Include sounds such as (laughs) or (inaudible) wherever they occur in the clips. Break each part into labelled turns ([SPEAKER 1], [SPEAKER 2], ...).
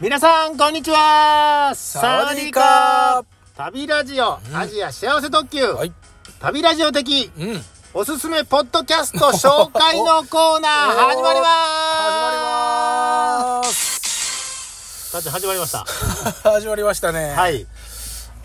[SPEAKER 1] 皆さんこんにちは
[SPEAKER 2] サワディーカー
[SPEAKER 1] 旅ラジオ、アジア幸せ特急、
[SPEAKER 2] はい
[SPEAKER 1] 旅ラジオ的
[SPEAKER 2] うん始
[SPEAKER 1] お
[SPEAKER 2] まり
[SPEAKER 1] すすめポッドキャスト紹介のコーナー
[SPEAKER 2] (laughs) お
[SPEAKER 1] 始まりますだ
[SPEAKER 2] まーす
[SPEAKER 1] って始まりました
[SPEAKER 2] (laughs) 始まりましたね
[SPEAKER 1] はいい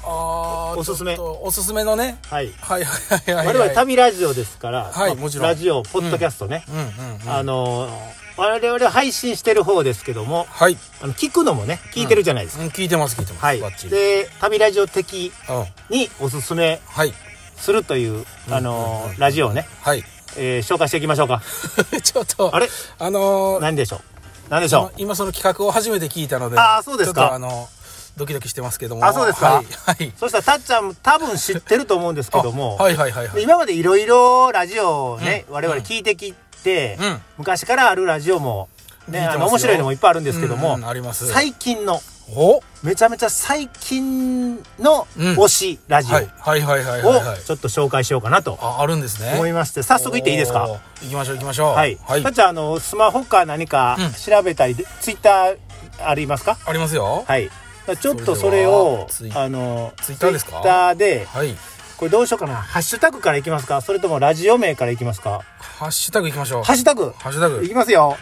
[SPEAKER 2] あー
[SPEAKER 1] おすすめ
[SPEAKER 2] ちょっとおすすめのね
[SPEAKER 1] はい
[SPEAKER 2] はいはいはいはい
[SPEAKER 1] 我々旅ラジオですから、
[SPEAKER 2] はいもちろん
[SPEAKER 1] ラジオポッドキャストね、
[SPEAKER 2] うんうんうん
[SPEAKER 1] あの我々は配信してる方ですけども
[SPEAKER 2] はい
[SPEAKER 1] あの聞くのもね聞いてるじゃないですか、
[SPEAKER 2] うん聞いてます聞いてます
[SPEAKER 1] はい
[SPEAKER 2] バッチリ
[SPEAKER 1] で旅ラジオ的
[SPEAKER 2] うん
[SPEAKER 1] におすすめ
[SPEAKER 2] はい
[SPEAKER 1] するという、あのラジオをね、
[SPEAKER 2] はい (laughs)
[SPEAKER 1] えー紹介していきましょうか
[SPEAKER 2] ちょっと
[SPEAKER 1] あれ
[SPEAKER 2] あのー
[SPEAKER 1] 何でしょう何でしょ
[SPEAKER 2] 今今その企画を初めて聞いたので
[SPEAKER 1] あーそうですか
[SPEAKER 2] ちょっとあのドキドキしてますけども
[SPEAKER 1] あそうですか
[SPEAKER 2] はいはい
[SPEAKER 1] そしたらたっちゃん多分知ってると思うんですけども、
[SPEAKER 2] あはいはいはいはい
[SPEAKER 1] 今までいろいろラジオをね、我々聞いてきて、
[SPEAKER 2] うん
[SPEAKER 1] 昔からあるラジオも、ね、
[SPEAKER 2] 聞
[SPEAKER 1] あ
[SPEAKER 2] いてますよ
[SPEAKER 1] の面白いのもいっぱいあるんですけども、
[SPEAKER 2] うんうんあります
[SPEAKER 1] 最近の
[SPEAKER 2] お
[SPEAKER 1] めちゃめちゃ最近の
[SPEAKER 2] うん
[SPEAKER 1] 推しラジオ
[SPEAKER 2] はい
[SPEAKER 1] を
[SPEAKER 2] はいはいはいはいはい
[SPEAKER 1] ちょっと紹介しようかなと
[SPEAKER 2] ああるんですね
[SPEAKER 1] 思いまして早速いっていいです
[SPEAKER 2] おー
[SPEAKER 1] か
[SPEAKER 2] 行きましょう行きましょう
[SPEAKER 1] はい、たっちゃんあのスマホか何か
[SPEAKER 2] うん
[SPEAKER 1] 調べたりで、ツイッターありますか
[SPEAKER 2] ありますよ
[SPEAKER 1] はいだからちょっとそれを
[SPEAKER 2] それではツイ
[SPEAKER 1] あの
[SPEAKER 2] ツイッターですか
[SPEAKER 1] ツイッターで
[SPEAKER 2] はい
[SPEAKER 1] これどうしようかなハッシュタグからいきますかそれともラジオ名からいきますか
[SPEAKER 2] ハッシュタグ行きましょう
[SPEAKER 1] ハッシュタグ
[SPEAKER 2] ハッシュタ
[SPEAKER 1] い
[SPEAKER 2] グ
[SPEAKER 1] きますよ、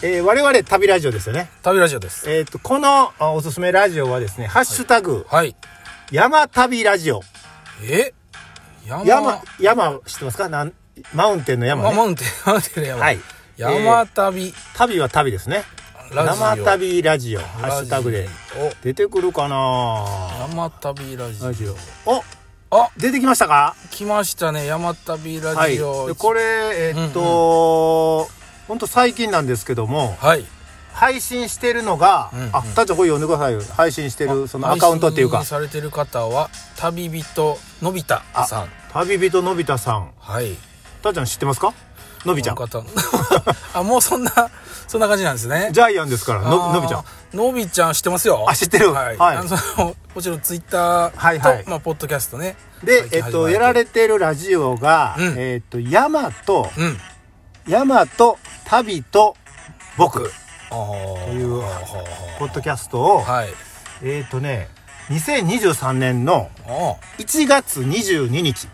[SPEAKER 1] えー我々旅ラジオですよね
[SPEAKER 2] 旅ラジオです
[SPEAKER 1] えっ、とこのあおすすめラジオはですねハッシュタグ、
[SPEAKER 2] はい
[SPEAKER 1] 山旅ラジオ
[SPEAKER 2] え山
[SPEAKER 1] 山山知ってますかなんマウンテンの山、
[SPEAKER 2] あ
[SPEAKER 1] ね、
[SPEAKER 2] マウンテン (laughs) マウンテンの山
[SPEAKER 1] はい
[SPEAKER 2] 山旅
[SPEAKER 1] 旅は旅ですね
[SPEAKER 2] ラジオ
[SPEAKER 1] 生旅ラジオハッシュタグで出てくるか
[SPEAKER 2] お
[SPEAKER 1] な
[SPEAKER 2] 山旅ラジ
[SPEAKER 1] ラ
[SPEAKER 2] オ
[SPEAKER 1] ジオお
[SPEAKER 2] あ
[SPEAKER 1] 出てきましたか
[SPEAKER 2] 来ましたね山旅ラ
[SPEAKER 1] はい
[SPEAKER 2] ジオ
[SPEAKER 1] でこれえっと、ほんと最近なんですけども
[SPEAKER 2] はい
[SPEAKER 1] 配信してるのが、
[SPEAKER 2] うんうん
[SPEAKER 1] あたっちゃんこれ読んでくださいよ配信してるそのアカウントっていうか
[SPEAKER 2] 配信されてる方は旅人のび太さん
[SPEAKER 1] 旅人のび太さん
[SPEAKER 2] はい
[SPEAKER 1] たっちゃん知ってますかのびちゃん
[SPEAKER 2] この方 (laughs) あもうそんなそんな感じなんですね
[SPEAKER 1] ジャイアンですからの
[SPEAKER 2] あー
[SPEAKER 1] のびちゃん
[SPEAKER 2] のびちゃん知ってますよ
[SPEAKER 1] あ知ってる
[SPEAKER 2] はい、
[SPEAKER 1] はい
[SPEAKER 2] あのその (laughs) もちろんツイッターと、
[SPEAKER 1] はいはい
[SPEAKER 2] まあ、ポッドキャストね
[SPEAKER 1] で
[SPEAKER 2] 最、近
[SPEAKER 1] えっと、
[SPEAKER 2] 始ま
[SPEAKER 1] やられてるラジオが、
[SPEAKER 2] うん
[SPEAKER 1] えっと、山と、
[SPEAKER 2] うん
[SPEAKER 1] 山と、旅と、僕、
[SPEAKER 2] ああ
[SPEAKER 1] というポ
[SPEAKER 2] は
[SPEAKER 1] ッドキャストを、
[SPEAKER 2] はい
[SPEAKER 1] えっとね、2023年の
[SPEAKER 2] あ
[SPEAKER 1] 1月22日、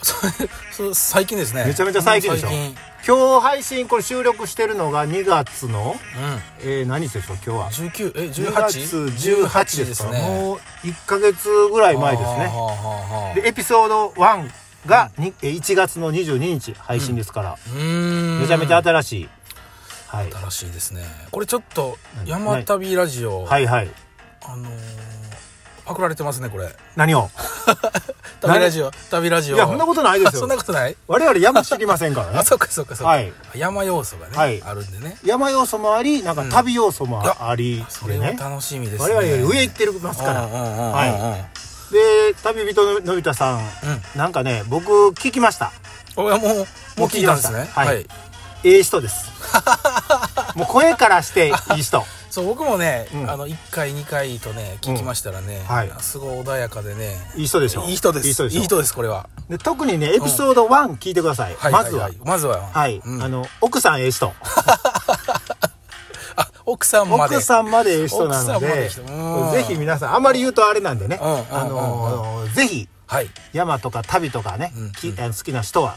[SPEAKER 2] あそれそれ最近ですね
[SPEAKER 1] めちゃめちゃ最近でしょ
[SPEAKER 2] 最近
[SPEAKER 1] 今日配信、これ収録してるのが2月の、
[SPEAKER 2] うん
[SPEAKER 1] えー、何日でしょう、今日は。
[SPEAKER 2] 19え
[SPEAKER 1] 2
[SPEAKER 2] 18
[SPEAKER 1] 月18ですから、もう1ヶ月ぐらい前です
[SPEAKER 2] はあ
[SPEAKER 1] ね。
[SPEAKER 2] はあはあ
[SPEAKER 1] で、エピソード1がにえー1月の22日配信ですから、
[SPEAKER 2] うーん
[SPEAKER 1] めちゃめちゃ新しい。はい。
[SPEAKER 2] 新しいですねこれちょっと
[SPEAKER 1] 何
[SPEAKER 2] 山旅ラジオ、
[SPEAKER 1] はいはい。
[SPEAKER 2] あのー、パクられてますねこれ
[SPEAKER 1] 何を何
[SPEAKER 2] 旅ラジオ旅ラジオ
[SPEAKER 1] いやそんなことないですよ
[SPEAKER 2] (laughs) そんなことない
[SPEAKER 1] 我々山知りませんから
[SPEAKER 2] (laughs) あ
[SPEAKER 1] ね
[SPEAKER 2] そっかそっかそっか、
[SPEAKER 1] はい
[SPEAKER 2] 山要素がね、
[SPEAKER 1] はい
[SPEAKER 2] あるんでね
[SPEAKER 1] 山要素もありなんか旅要素も
[SPEAKER 2] いや
[SPEAKER 1] あり
[SPEAKER 2] そ
[SPEAKER 1] で
[SPEAKER 2] れは
[SPEAKER 1] ね
[SPEAKER 2] 楽しみです
[SPEAKER 1] 我
[SPEAKER 2] ね
[SPEAKER 1] 々より上行ってますか
[SPEAKER 2] うんうん
[SPEAKER 1] ら
[SPEAKER 2] うんうん
[SPEAKER 1] はで旅人ののび太さんなんかね僕聞きました
[SPEAKER 2] うん俺はもうもう聞いたんですね
[SPEAKER 1] 聞きましたはい
[SPEAKER 2] はい、
[SPEAKER 1] ええ人ですもう声からしていい人
[SPEAKER 2] そう僕もね、
[SPEAKER 1] うん
[SPEAKER 2] あの1回2回とね聞きましたらね、
[SPEAKER 1] はい
[SPEAKER 2] すごい穏やかでね
[SPEAKER 1] いい人でしょ
[SPEAKER 2] いい人です
[SPEAKER 1] いい人でしょ
[SPEAKER 2] これは、
[SPEAKER 1] で特にねエピソード1聞いてください
[SPEAKER 2] いい
[SPEAKER 1] まずはい
[SPEAKER 2] いまずは
[SPEAKER 1] はい
[SPEAKER 2] うん
[SPEAKER 1] あの奥さんええ人
[SPEAKER 2] あ奥さんまで
[SPEAKER 1] 奥さんまでええ人なので
[SPEAKER 2] 奥さんまでうん
[SPEAKER 1] ぜひ皆さんあんまり言うとあれなんでね
[SPEAKER 2] うんうんうんうん
[SPEAKER 1] あのぜひ
[SPEAKER 2] はい、うん、
[SPEAKER 1] 山とか旅とかね、
[SPEAKER 2] うん
[SPEAKER 1] き
[SPEAKER 2] うん
[SPEAKER 1] あの好きな人は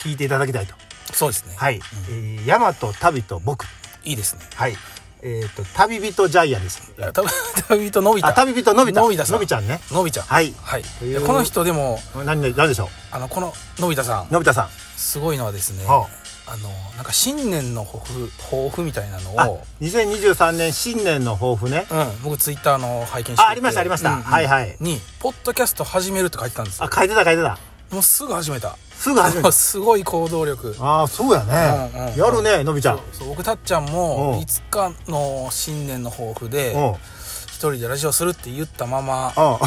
[SPEAKER 1] 聞いていただきたいと。
[SPEAKER 2] そうですね、
[SPEAKER 1] はい。えー山と旅と僕。
[SPEAKER 2] い、いですね
[SPEAKER 1] はい。えっ、と、旅人ジャイアンです。
[SPEAKER 2] いや旅 (laughs) 旅人のび
[SPEAKER 1] あ、
[SPEAKER 2] 太
[SPEAKER 1] 旅人のび太。
[SPEAKER 2] のび太さん
[SPEAKER 1] ちゃんね。
[SPEAKER 2] のびちゃん
[SPEAKER 1] はい
[SPEAKER 2] はい
[SPEAKER 1] という
[SPEAKER 2] いやこの人でも
[SPEAKER 1] 何で、何でしょ
[SPEAKER 2] あのこののび太さん
[SPEAKER 1] うのび太さん。
[SPEAKER 2] すごいのはですね、
[SPEAKER 1] は
[SPEAKER 2] あのなんか新年の抱負抱負みたいなの
[SPEAKER 1] あ
[SPEAKER 2] を、
[SPEAKER 1] 2023年新年の抱負ね。
[SPEAKER 2] うん、僕ツイッターの拝見していて
[SPEAKER 1] あ、ありました、ありました。
[SPEAKER 2] うんうん
[SPEAKER 1] はいはい。
[SPEAKER 2] に「ポッドキャスト始める」って書いてたんですよ
[SPEAKER 1] あ、書いてた、書いてた。
[SPEAKER 2] もうすぐ始めた
[SPEAKER 1] すぐ始めた。
[SPEAKER 2] すごい行動力
[SPEAKER 1] ああ、そうやね、
[SPEAKER 2] うんうんうん
[SPEAKER 1] やるね、のびちゃん。
[SPEAKER 2] そう僕たっちゃん
[SPEAKER 1] うん
[SPEAKER 2] もいつかの新年の抱負で
[SPEAKER 1] うん。うん。
[SPEAKER 2] 一人でラジオするって言ったまま
[SPEAKER 1] な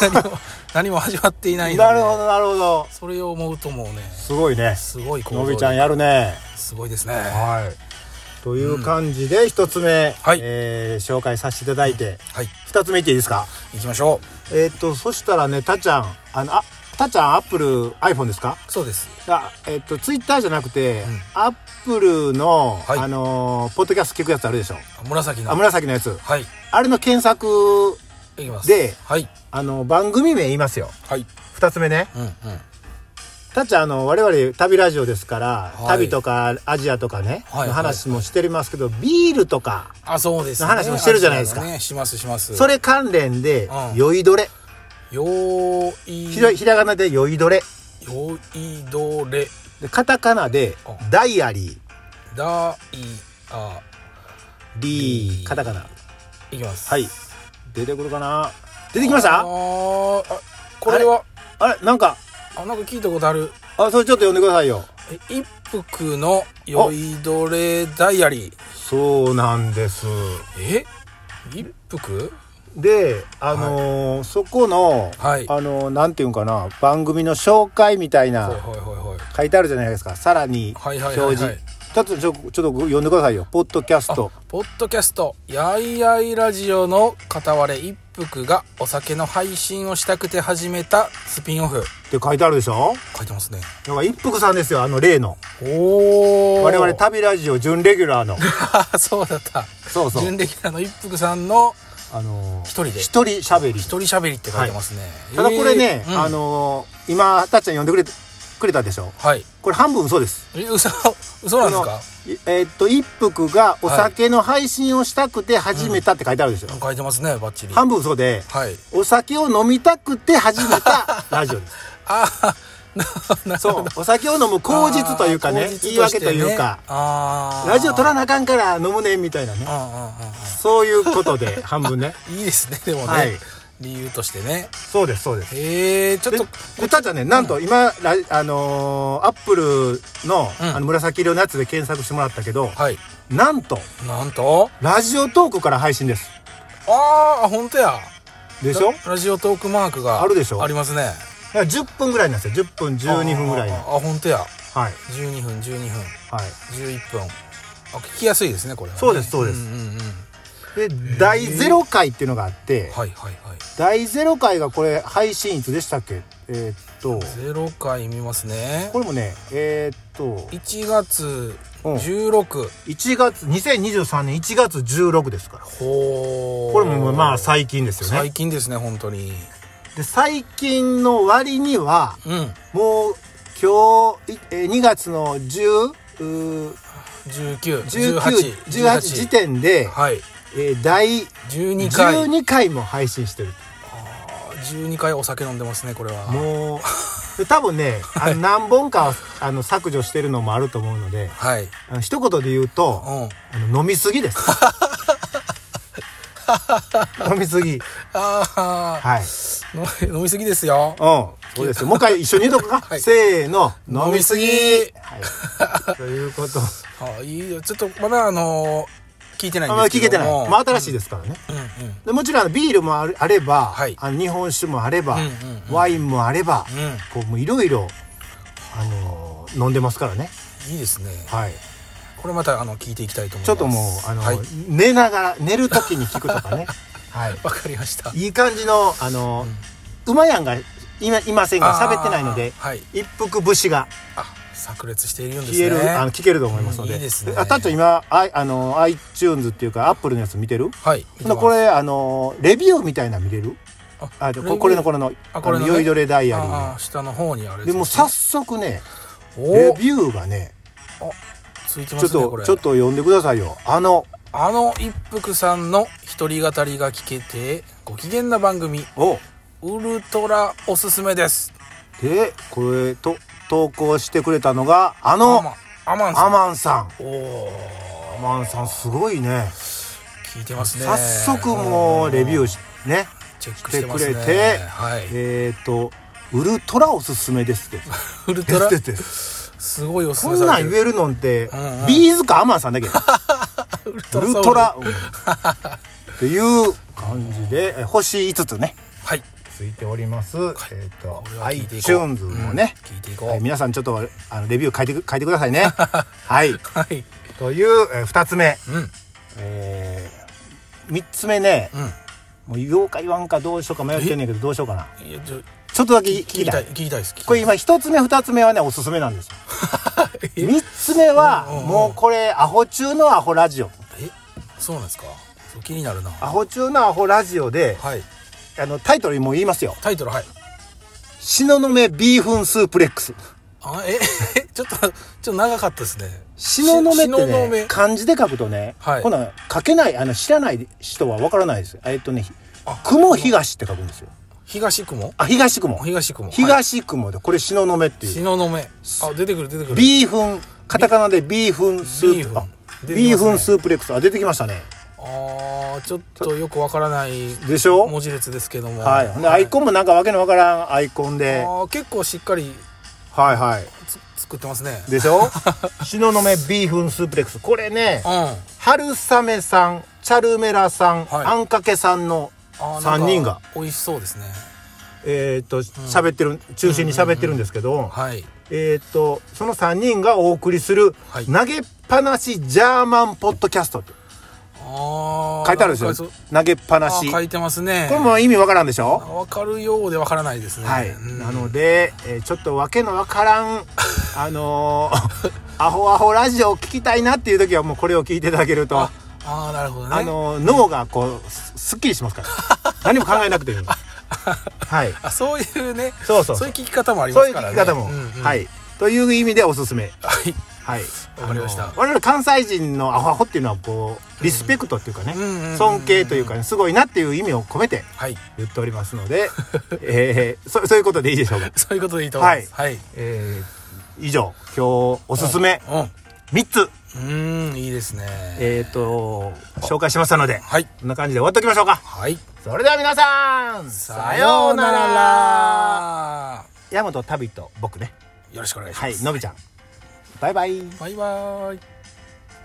[SPEAKER 2] 何
[SPEAKER 1] (laughs)
[SPEAKER 2] も何も始まっていないので
[SPEAKER 1] るほど、なるほど。
[SPEAKER 2] それを思うともうね
[SPEAKER 1] すごいね。
[SPEAKER 2] すごい行動
[SPEAKER 1] の
[SPEAKER 2] 力
[SPEAKER 1] びちゃんやるね。
[SPEAKER 2] すごいですね
[SPEAKER 1] はい。という感じで一つ目、
[SPEAKER 2] はい
[SPEAKER 1] えー紹介させていただいて、
[SPEAKER 2] はい
[SPEAKER 1] 二つ目いっていいですか
[SPEAKER 2] 行きましょ
[SPEAKER 1] えーっとそしたらねたっちゃんあのあたっちゃんアップル iPhone ですか
[SPEAKER 2] そうです
[SPEAKER 1] あえっとツイッターじゃなくて、
[SPEAKER 2] うん
[SPEAKER 1] アップルの、
[SPEAKER 2] はい
[SPEAKER 1] あのーポッドキャスト聞くやつあるでしょ
[SPEAKER 2] あ紫の
[SPEAKER 1] あ紫のやつ
[SPEAKER 2] はい
[SPEAKER 1] あれの検索
[SPEAKER 2] いきます
[SPEAKER 1] で
[SPEAKER 2] はい
[SPEAKER 1] あの番組名言いますよ
[SPEAKER 2] はい
[SPEAKER 1] 二つ目ね
[SPEAKER 2] うんうん
[SPEAKER 1] たっちゃんあの我々旅ラジオですから、
[SPEAKER 2] はい
[SPEAKER 1] 旅とかアジアとかね、
[SPEAKER 2] はい
[SPEAKER 1] の話もしてますけど、ビールとか
[SPEAKER 2] あそうです、ね、
[SPEAKER 1] 話もしてるじゃないですか
[SPEAKER 2] あそうだね、しますします
[SPEAKER 1] それ関連で「
[SPEAKER 2] うん
[SPEAKER 1] 酔いどれ
[SPEAKER 2] よー」い
[SPEAKER 1] ひらひらがなで「酔いどれ
[SPEAKER 2] よいどれ」
[SPEAKER 1] でカタカナで
[SPEAKER 2] う
[SPEAKER 1] 「ダイアリ
[SPEAKER 2] だいあ
[SPEAKER 1] ー」「リ
[SPEAKER 2] リ
[SPEAKER 1] ー」
[SPEAKER 2] ー
[SPEAKER 1] カタカナ
[SPEAKER 2] いきます
[SPEAKER 1] はい出てくるかな出てきました
[SPEAKER 2] あ
[SPEAKER 1] あ
[SPEAKER 2] ーあこれは
[SPEAKER 1] れなんか
[SPEAKER 2] あなんか聞いたことある
[SPEAKER 1] あそれちょっと読んでくださいよ
[SPEAKER 2] え一服の酔いどれダイアリー
[SPEAKER 1] そうなんです
[SPEAKER 2] え一服
[SPEAKER 1] であのーそこの、
[SPEAKER 2] はい
[SPEAKER 1] あのーなんていうんかな番組の紹介みたい
[SPEAKER 2] はいはい
[SPEAKER 1] な
[SPEAKER 2] はいはい
[SPEAKER 1] 書いてあるじゃないですかさらに
[SPEAKER 2] はい
[SPEAKER 1] 表
[SPEAKER 2] はいはいはい
[SPEAKER 1] 示ちょっとちょちょっと読んでくださいよポッドキャスト
[SPEAKER 2] ポッドキャスト「やいやいラジオ」の片割れ一服がお酒の配信をしたくて始めたスピンオフ
[SPEAKER 1] って書いてあるでしょ
[SPEAKER 2] 書いてますね
[SPEAKER 1] だから一服さんですよあの例の
[SPEAKER 2] おお
[SPEAKER 1] 我々旅ラジオ準レギュラーの
[SPEAKER 2] (laughs) そうだった
[SPEAKER 1] そうそう
[SPEAKER 2] 準レギュラーの一服さんの
[SPEAKER 1] あのー
[SPEAKER 2] 一人で
[SPEAKER 1] 一人しゃべり
[SPEAKER 2] 一人喋りって書いてますね、
[SPEAKER 1] ただこれね、
[SPEAKER 2] えーうん
[SPEAKER 1] あのー今たっちゃん呼んでくれくれたでしょ
[SPEAKER 2] はい
[SPEAKER 1] これ半分嘘です
[SPEAKER 2] え嘘嘘なんです
[SPEAKER 1] いえーっと一服がお酒の配信をしたくて始めたって書いてあるでしょ、
[SPEAKER 2] か書いてますねバッチリは
[SPEAKER 1] 半分嘘で
[SPEAKER 2] い
[SPEAKER 1] お酒を飲みたくて始めたラジオです
[SPEAKER 2] ああな (laughs) な
[SPEAKER 1] そうお酒を飲む口実というかね
[SPEAKER 2] あー口実
[SPEAKER 1] 言い訳というか
[SPEAKER 2] してねあー
[SPEAKER 1] ラジオ取らなあかんから飲むねみたいなね
[SPEAKER 2] うんうんうん
[SPEAKER 1] そういうことで半分
[SPEAKER 2] (laughs)
[SPEAKER 1] ね
[SPEAKER 2] うんいいですねでもね、
[SPEAKER 1] はい
[SPEAKER 2] 理由としてね
[SPEAKER 1] そうですそうです
[SPEAKER 2] えー、ちょっ
[SPEAKER 1] で
[SPEAKER 2] と
[SPEAKER 1] でただねなんと今、ラあのーアップルの,、
[SPEAKER 2] うん
[SPEAKER 1] あの紫色のやつで検索してもらったけど、
[SPEAKER 2] はい
[SPEAKER 1] なんと
[SPEAKER 2] なんと
[SPEAKER 1] ラジオトークから配信です
[SPEAKER 2] ああ本当や
[SPEAKER 1] でしょ
[SPEAKER 2] ララジオトークマークが
[SPEAKER 1] あるでしょ
[SPEAKER 2] ありますね
[SPEAKER 1] だから10分ぐらいなんですよ10分12分ぐらい
[SPEAKER 2] あー
[SPEAKER 1] の
[SPEAKER 2] あ本当や
[SPEAKER 1] はい
[SPEAKER 2] 12分12分
[SPEAKER 1] はい
[SPEAKER 2] 11分あ聞きやすいですねこれはね
[SPEAKER 1] そうですそうです
[SPEAKER 2] んうんうん
[SPEAKER 1] で第0回っていうのがあって
[SPEAKER 2] はいはいはい
[SPEAKER 1] 第0回がこれ配信いつでしたっけえーっと
[SPEAKER 2] ゼロ回見ますね
[SPEAKER 1] これもねえーっと
[SPEAKER 2] 1月
[SPEAKER 1] うん
[SPEAKER 2] 16、
[SPEAKER 1] 1月2023年1月16ですから
[SPEAKER 2] ほー
[SPEAKER 1] これもまあ最近ですよね
[SPEAKER 2] 最近ですね本当に
[SPEAKER 1] で最近の割には
[SPEAKER 2] うん
[SPEAKER 1] もう今日いえー2月の101918時
[SPEAKER 2] 1918
[SPEAKER 1] 点で、
[SPEAKER 2] はい
[SPEAKER 1] えー第
[SPEAKER 2] 12回12
[SPEAKER 1] 12回も配信してる
[SPEAKER 2] 回お酒飲んでますねこれは
[SPEAKER 1] もうで多分ねあの何本かはあの削除してるのもあると思うので
[SPEAKER 2] はい
[SPEAKER 1] あの一言で言うと
[SPEAKER 2] うん
[SPEAKER 1] あの飲みすぎ (laughs) です飲みすぎ
[SPEAKER 2] ああ
[SPEAKER 1] はいうん
[SPEAKER 2] 飲みすぎですよ
[SPEAKER 1] そうですよもう一回一緒に言うとく (laughs) か、
[SPEAKER 2] はい
[SPEAKER 1] せーの
[SPEAKER 2] 飲みすぎ
[SPEAKER 1] はい、ということ
[SPEAKER 2] あいいよちょっとまだあのー聞いてない
[SPEAKER 1] (laughs) あ
[SPEAKER 2] ん
[SPEAKER 1] んま
[SPEAKER 2] で
[SPEAKER 1] り
[SPEAKER 2] す
[SPEAKER 1] 聞け
[SPEAKER 2] け
[SPEAKER 1] て
[SPEAKER 2] ど
[SPEAKER 1] ない、
[SPEAKER 2] も
[SPEAKER 1] まあ、新しいですからね、
[SPEAKER 2] うんうん
[SPEAKER 1] でもちろんあのビールもあるあれば、
[SPEAKER 2] はい
[SPEAKER 1] あの日本酒もあれば、
[SPEAKER 2] うんうんう
[SPEAKER 1] ワインもあれば、
[SPEAKER 2] うん
[SPEAKER 1] こうもういろいろあのー飲んでますからね
[SPEAKER 2] いいですね
[SPEAKER 1] はい
[SPEAKER 2] これまたあの聞いていきたいと思います
[SPEAKER 1] ちょっともうあの、
[SPEAKER 2] はい
[SPEAKER 1] 寝ながら寝る時に聞くとかねはい
[SPEAKER 2] わかりました
[SPEAKER 1] いい感じのあのー、馬やんがいないませんが喋ってないので
[SPEAKER 2] あーはい
[SPEAKER 1] 一服節が
[SPEAKER 2] あ炸裂しているんです
[SPEAKER 1] 消え
[SPEAKER 2] ね
[SPEAKER 1] る、あの聞けると思いますので,、
[SPEAKER 2] うんいいですね
[SPEAKER 1] あたっちゃん今ああの iTunes っていうか Apple のやつ見てる
[SPEAKER 2] はい見てます
[SPEAKER 1] これあのレビューみたいなの見れる
[SPEAKER 2] あ
[SPEAKER 1] あで
[SPEAKER 2] レビュ
[SPEAKER 1] こ
[SPEAKER 2] ー
[SPEAKER 1] これのこれの
[SPEAKER 2] あこれの
[SPEAKER 1] あ
[SPEAKER 2] ね
[SPEAKER 1] 酔いどれダイアリー
[SPEAKER 2] あ
[SPEAKER 1] ね
[SPEAKER 2] ー下の方にある
[SPEAKER 1] でも早速ねレ
[SPEAKER 2] お
[SPEAKER 1] ビューがね
[SPEAKER 2] ついてま
[SPEAKER 1] ちょっ
[SPEAKER 2] すね
[SPEAKER 1] と
[SPEAKER 2] これ
[SPEAKER 1] ちょっと読んでくださいよあの
[SPEAKER 2] あの一服さんの一人語りが聞けてご機嫌な番組
[SPEAKER 1] お
[SPEAKER 2] ウルトラおすすめです
[SPEAKER 1] でこれと投稿してくれたのがあの
[SPEAKER 2] アマンさ
[SPEAKER 1] ア
[SPEAKER 2] ん
[SPEAKER 1] マンさん
[SPEAKER 2] おおー
[SPEAKER 1] アマンさんすごいね
[SPEAKER 2] 聞いてますね
[SPEAKER 1] 早速もうレビュー
[SPEAKER 2] し
[SPEAKER 1] しね
[SPEAKER 2] チェックしてます
[SPEAKER 1] して
[SPEAKER 2] ね
[SPEAKER 1] くれて
[SPEAKER 2] はい
[SPEAKER 1] えっとウルトラおすすめですって
[SPEAKER 2] ウル
[SPEAKER 1] で
[SPEAKER 2] ト
[SPEAKER 1] す
[SPEAKER 2] ラ
[SPEAKER 1] ですです
[SPEAKER 2] すごいおすす
[SPEAKER 1] こ
[SPEAKER 2] め
[SPEAKER 1] ん
[SPEAKER 2] さ
[SPEAKER 1] な
[SPEAKER 2] れ
[SPEAKER 1] ん
[SPEAKER 2] て
[SPEAKER 1] 言
[SPEAKER 2] る
[SPEAKER 1] えるのんて、
[SPEAKER 2] うんうん
[SPEAKER 1] ビーズかアマンさんだ
[SPEAKER 2] (laughs)
[SPEAKER 1] けど
[SPEAKER 2] ウル
[SPEAKER 1] ウルト
[SPEAKER 2] (laughs)
[SPEAKER 1] ラ、うんっていう感じでえ星5つね
[SPEAKER 2] はい
[SPEAKER 1] ついております、えっ、と
[SPEAKER 2] これは聞いていこう
[SPEAKER 1] iTunes もね、
[SPEAKER 2] 聞いていこう
[SPEAKER 1] はい皆さんちょっとあのレビュー書いて書いてください
[SPEAKER 2] (laughs)
[SPEAKER 1] ねはい
[SPEAKER 2] はい
[SPEAKER 1] という、えー、2つ目、
[SPEAKER 2] うん
[SPEAKER 1] え3つ目ね
[SPEAKER 2] うん
[SPEAKER 1] もう言おうか言わんかどうしようか迷ってんねんけどどうしようかない
[SPEAKER 2] やちょ
[SPEAKER 1] ちょっとだけ聞
[SPEAKER 2] 聞き
[SPEAKER 1] き
[SPEAKER 2] た
[SPEAKER 1] た
[SPEAKER 2] い
[SPEAKER 1] い
[SPEAKER 2] 聞きたいです
[SPEAKER 1] これ今一つ目二つ目はねおすすめなんですよ三つ目は
[SPEAKER 2] うんうんうん
[SPEAKER 1] もうこれアホ中のアホラジオ
[SPEAKER 2] えそうなんですかそう気になるな
[SPEAKER 1] アホ中のアホラジオで
[SPEAKER 2] はい
[SPEAKER 1] あのタイトルも言いますよ
[SPEAKER 2] タイトルはい
[SPEAKER 1] 「東雲ビーフンスープレックス」
[SPEAKER 2] あえ (laughs) ちょっとちょっと長かったですね
[SPEAKER 1] 東雲っ
[SPEAKER 2] 東雲
[SPEAKER 1] てね漢字で書くとね、
[SPEAKER 2] はい
[SPEAKER 1] この書けないあの知らない人はわからないですえっとね
[SPEAKER 2] あ
[SPEAKER 1] 「雲東」って書くんですよ
[SPEAKER 2] 東雲
[SPEAKER 1] あ東雲
[SPEAKER 2] 東雲
[SPEAKER 1] 東雲でこれ東雲っていう
[SPEAKER 2] 東雲あ出てくる出てくる
[SPEAKER 1] ビーフンカタカナでビーフンス
[SPEAKER 2] ビー
[SPEAKER 1] ー
[SPEAKER 2] フン
[SPEAKER 1] プあ
[SPEAKER 2] 出てきますね
[SPEAKER 1] ビーフンスープレックスあ出てきましたね
[SPEAKER 2] あーちょっとよくわからない
[SPEAKER 1] でしょ
[SPEAKER 2] 文字列ですけども
[SPEAKER 1] はい、でアイコンもなんかわけのわからんアイコンで
[SPEAKER 2] あー結構しっかり
[SPEAKER 1] はいはい
[SPEAKER 2] つ作ってますね
[SPEAKER 1] でし
[SPEAKER 2] (laughs)
[SPEAKER 1] ょ東雲ビーフンスープレックスこれね
[SPEAKER 2] うんあ
[SPEAKER 1] 春雨さんチャルメラさん、
[SPEAKER 2] はい
[SPEAKER 1] あんかけさんの
[SPEAKER 2] ーなんか
[SPEAKER 1] 3人が
[SPEAKER 2] 美味しそうですね
[SPEAKER 1] えーっと喋ってる中心に喋ってるんですけど、
[SPEAKER 2] はい
[SPEAKER 1] えーっとその3人がお送りする、
[SPEAKER 2] はい
[SPEAKER 1] 投げっぱなしジャーマンポッドキャストって
[SPEAKER 2] あー
[SPEAKER 1] 書いてあるんです
[SPEAKER 2] なん
[SPEAKER 1] よ
[SPEAKER 2] か
[SPEAKER 1] 投げっぱな
[SPEAKER 2] あ
[SPEAKER 1] し
[SPEAKER 2] ー書いてますね
[SPEAKER 1] これも意味わからんでしょ
[SPEAKER 2] わかるようでわからないですね
[SPEAKER 1] はい、
[SPEAKER 2] うん
[SPEAKER 1] なので、えーちょっとわけのわから
[SPEAKER 2] (laughs)
[SPEAKER 1] んあのーアホアホラジオを聞きたいなっていう時はもうこれを聞いていただけると
[SPEAKER 2] あ
[SPEAKER 1] あ、
[SPEAKER 2] あーなるほどね
[SPEAKER 1] のー脳がこうすすっきりしますから
[SPEAKER 2] (laughs)
[SPEAKER 1] 何も考えなくていいのはい
[SPEAKER 2] あそういうね
[SPEAKER 1] そうそう
[SPEAKER 2] いう聞き方もありま
[SPEAKER 1] そうい
[SPEAKER 2] す
[SPEAKER 1] う
[SPEAKER 2] から
[SPEAKER 1] 聞
[SPEAKER 2] ね
[SPEAKER 1] き方も、
[SPEAKER 2] うんうん
[SPEAKER 1] は
[SPEAKER 2] はい
[SPEAKER 1] いという意味でおすすめはい
[SPEAKER 2] わかりました
[SPEAKER 1] あのー我々関西人のアホアホっていうのはこうリスペクトっていうかね、
[SPEAKER 2] うんうんうんうん
[SPEAKER 1] 尊敬というかねすごいなっていう意味を込めて
[SPEAKER 2] はい
[SPEAKER 1] 言っておりますの
[SPEAKER 2] (laughs)
[SPEAKER 1] で、えー、そそう (laughs) いうことでいいでしょうか
[SPEAKER 2] そういうことでいいと思いますはい
[SPEAKER 1] えー以上今日おすすめ3つ、
[SPEAKER 2] うんうーんいいですね
[SPEAKER 1] えっ、と紹介しましたので
[SPEAKER 2] はい
[SPEAKER 1] こんな感じで終わっておきましょうか
[SPEAKER 2] はい
[SPEAKER 1] それでは皆さん
[SPEAKER 2] さ
[SPEAKER 1] さ
[SPEAKER 2] よ
[SPEAKER 1] よ
[SPEAKER 2] う
[SPEAKER 1] うな
[SPEAKER 2] な
[SPEAKER 1] ら
[SPEAKER 2] ら
[SPEAKER 1] 大和旅と僕ね
[SPEAKER 2] よろしくお願いし
[SPEAKER 1] は
[SPEAKER 2] ま
[SPEAKER 1] い
[SPEAKER 2] す
[SPEAKER 1] のびちゃんバイバイ
[SPEAKER 2] バイバイ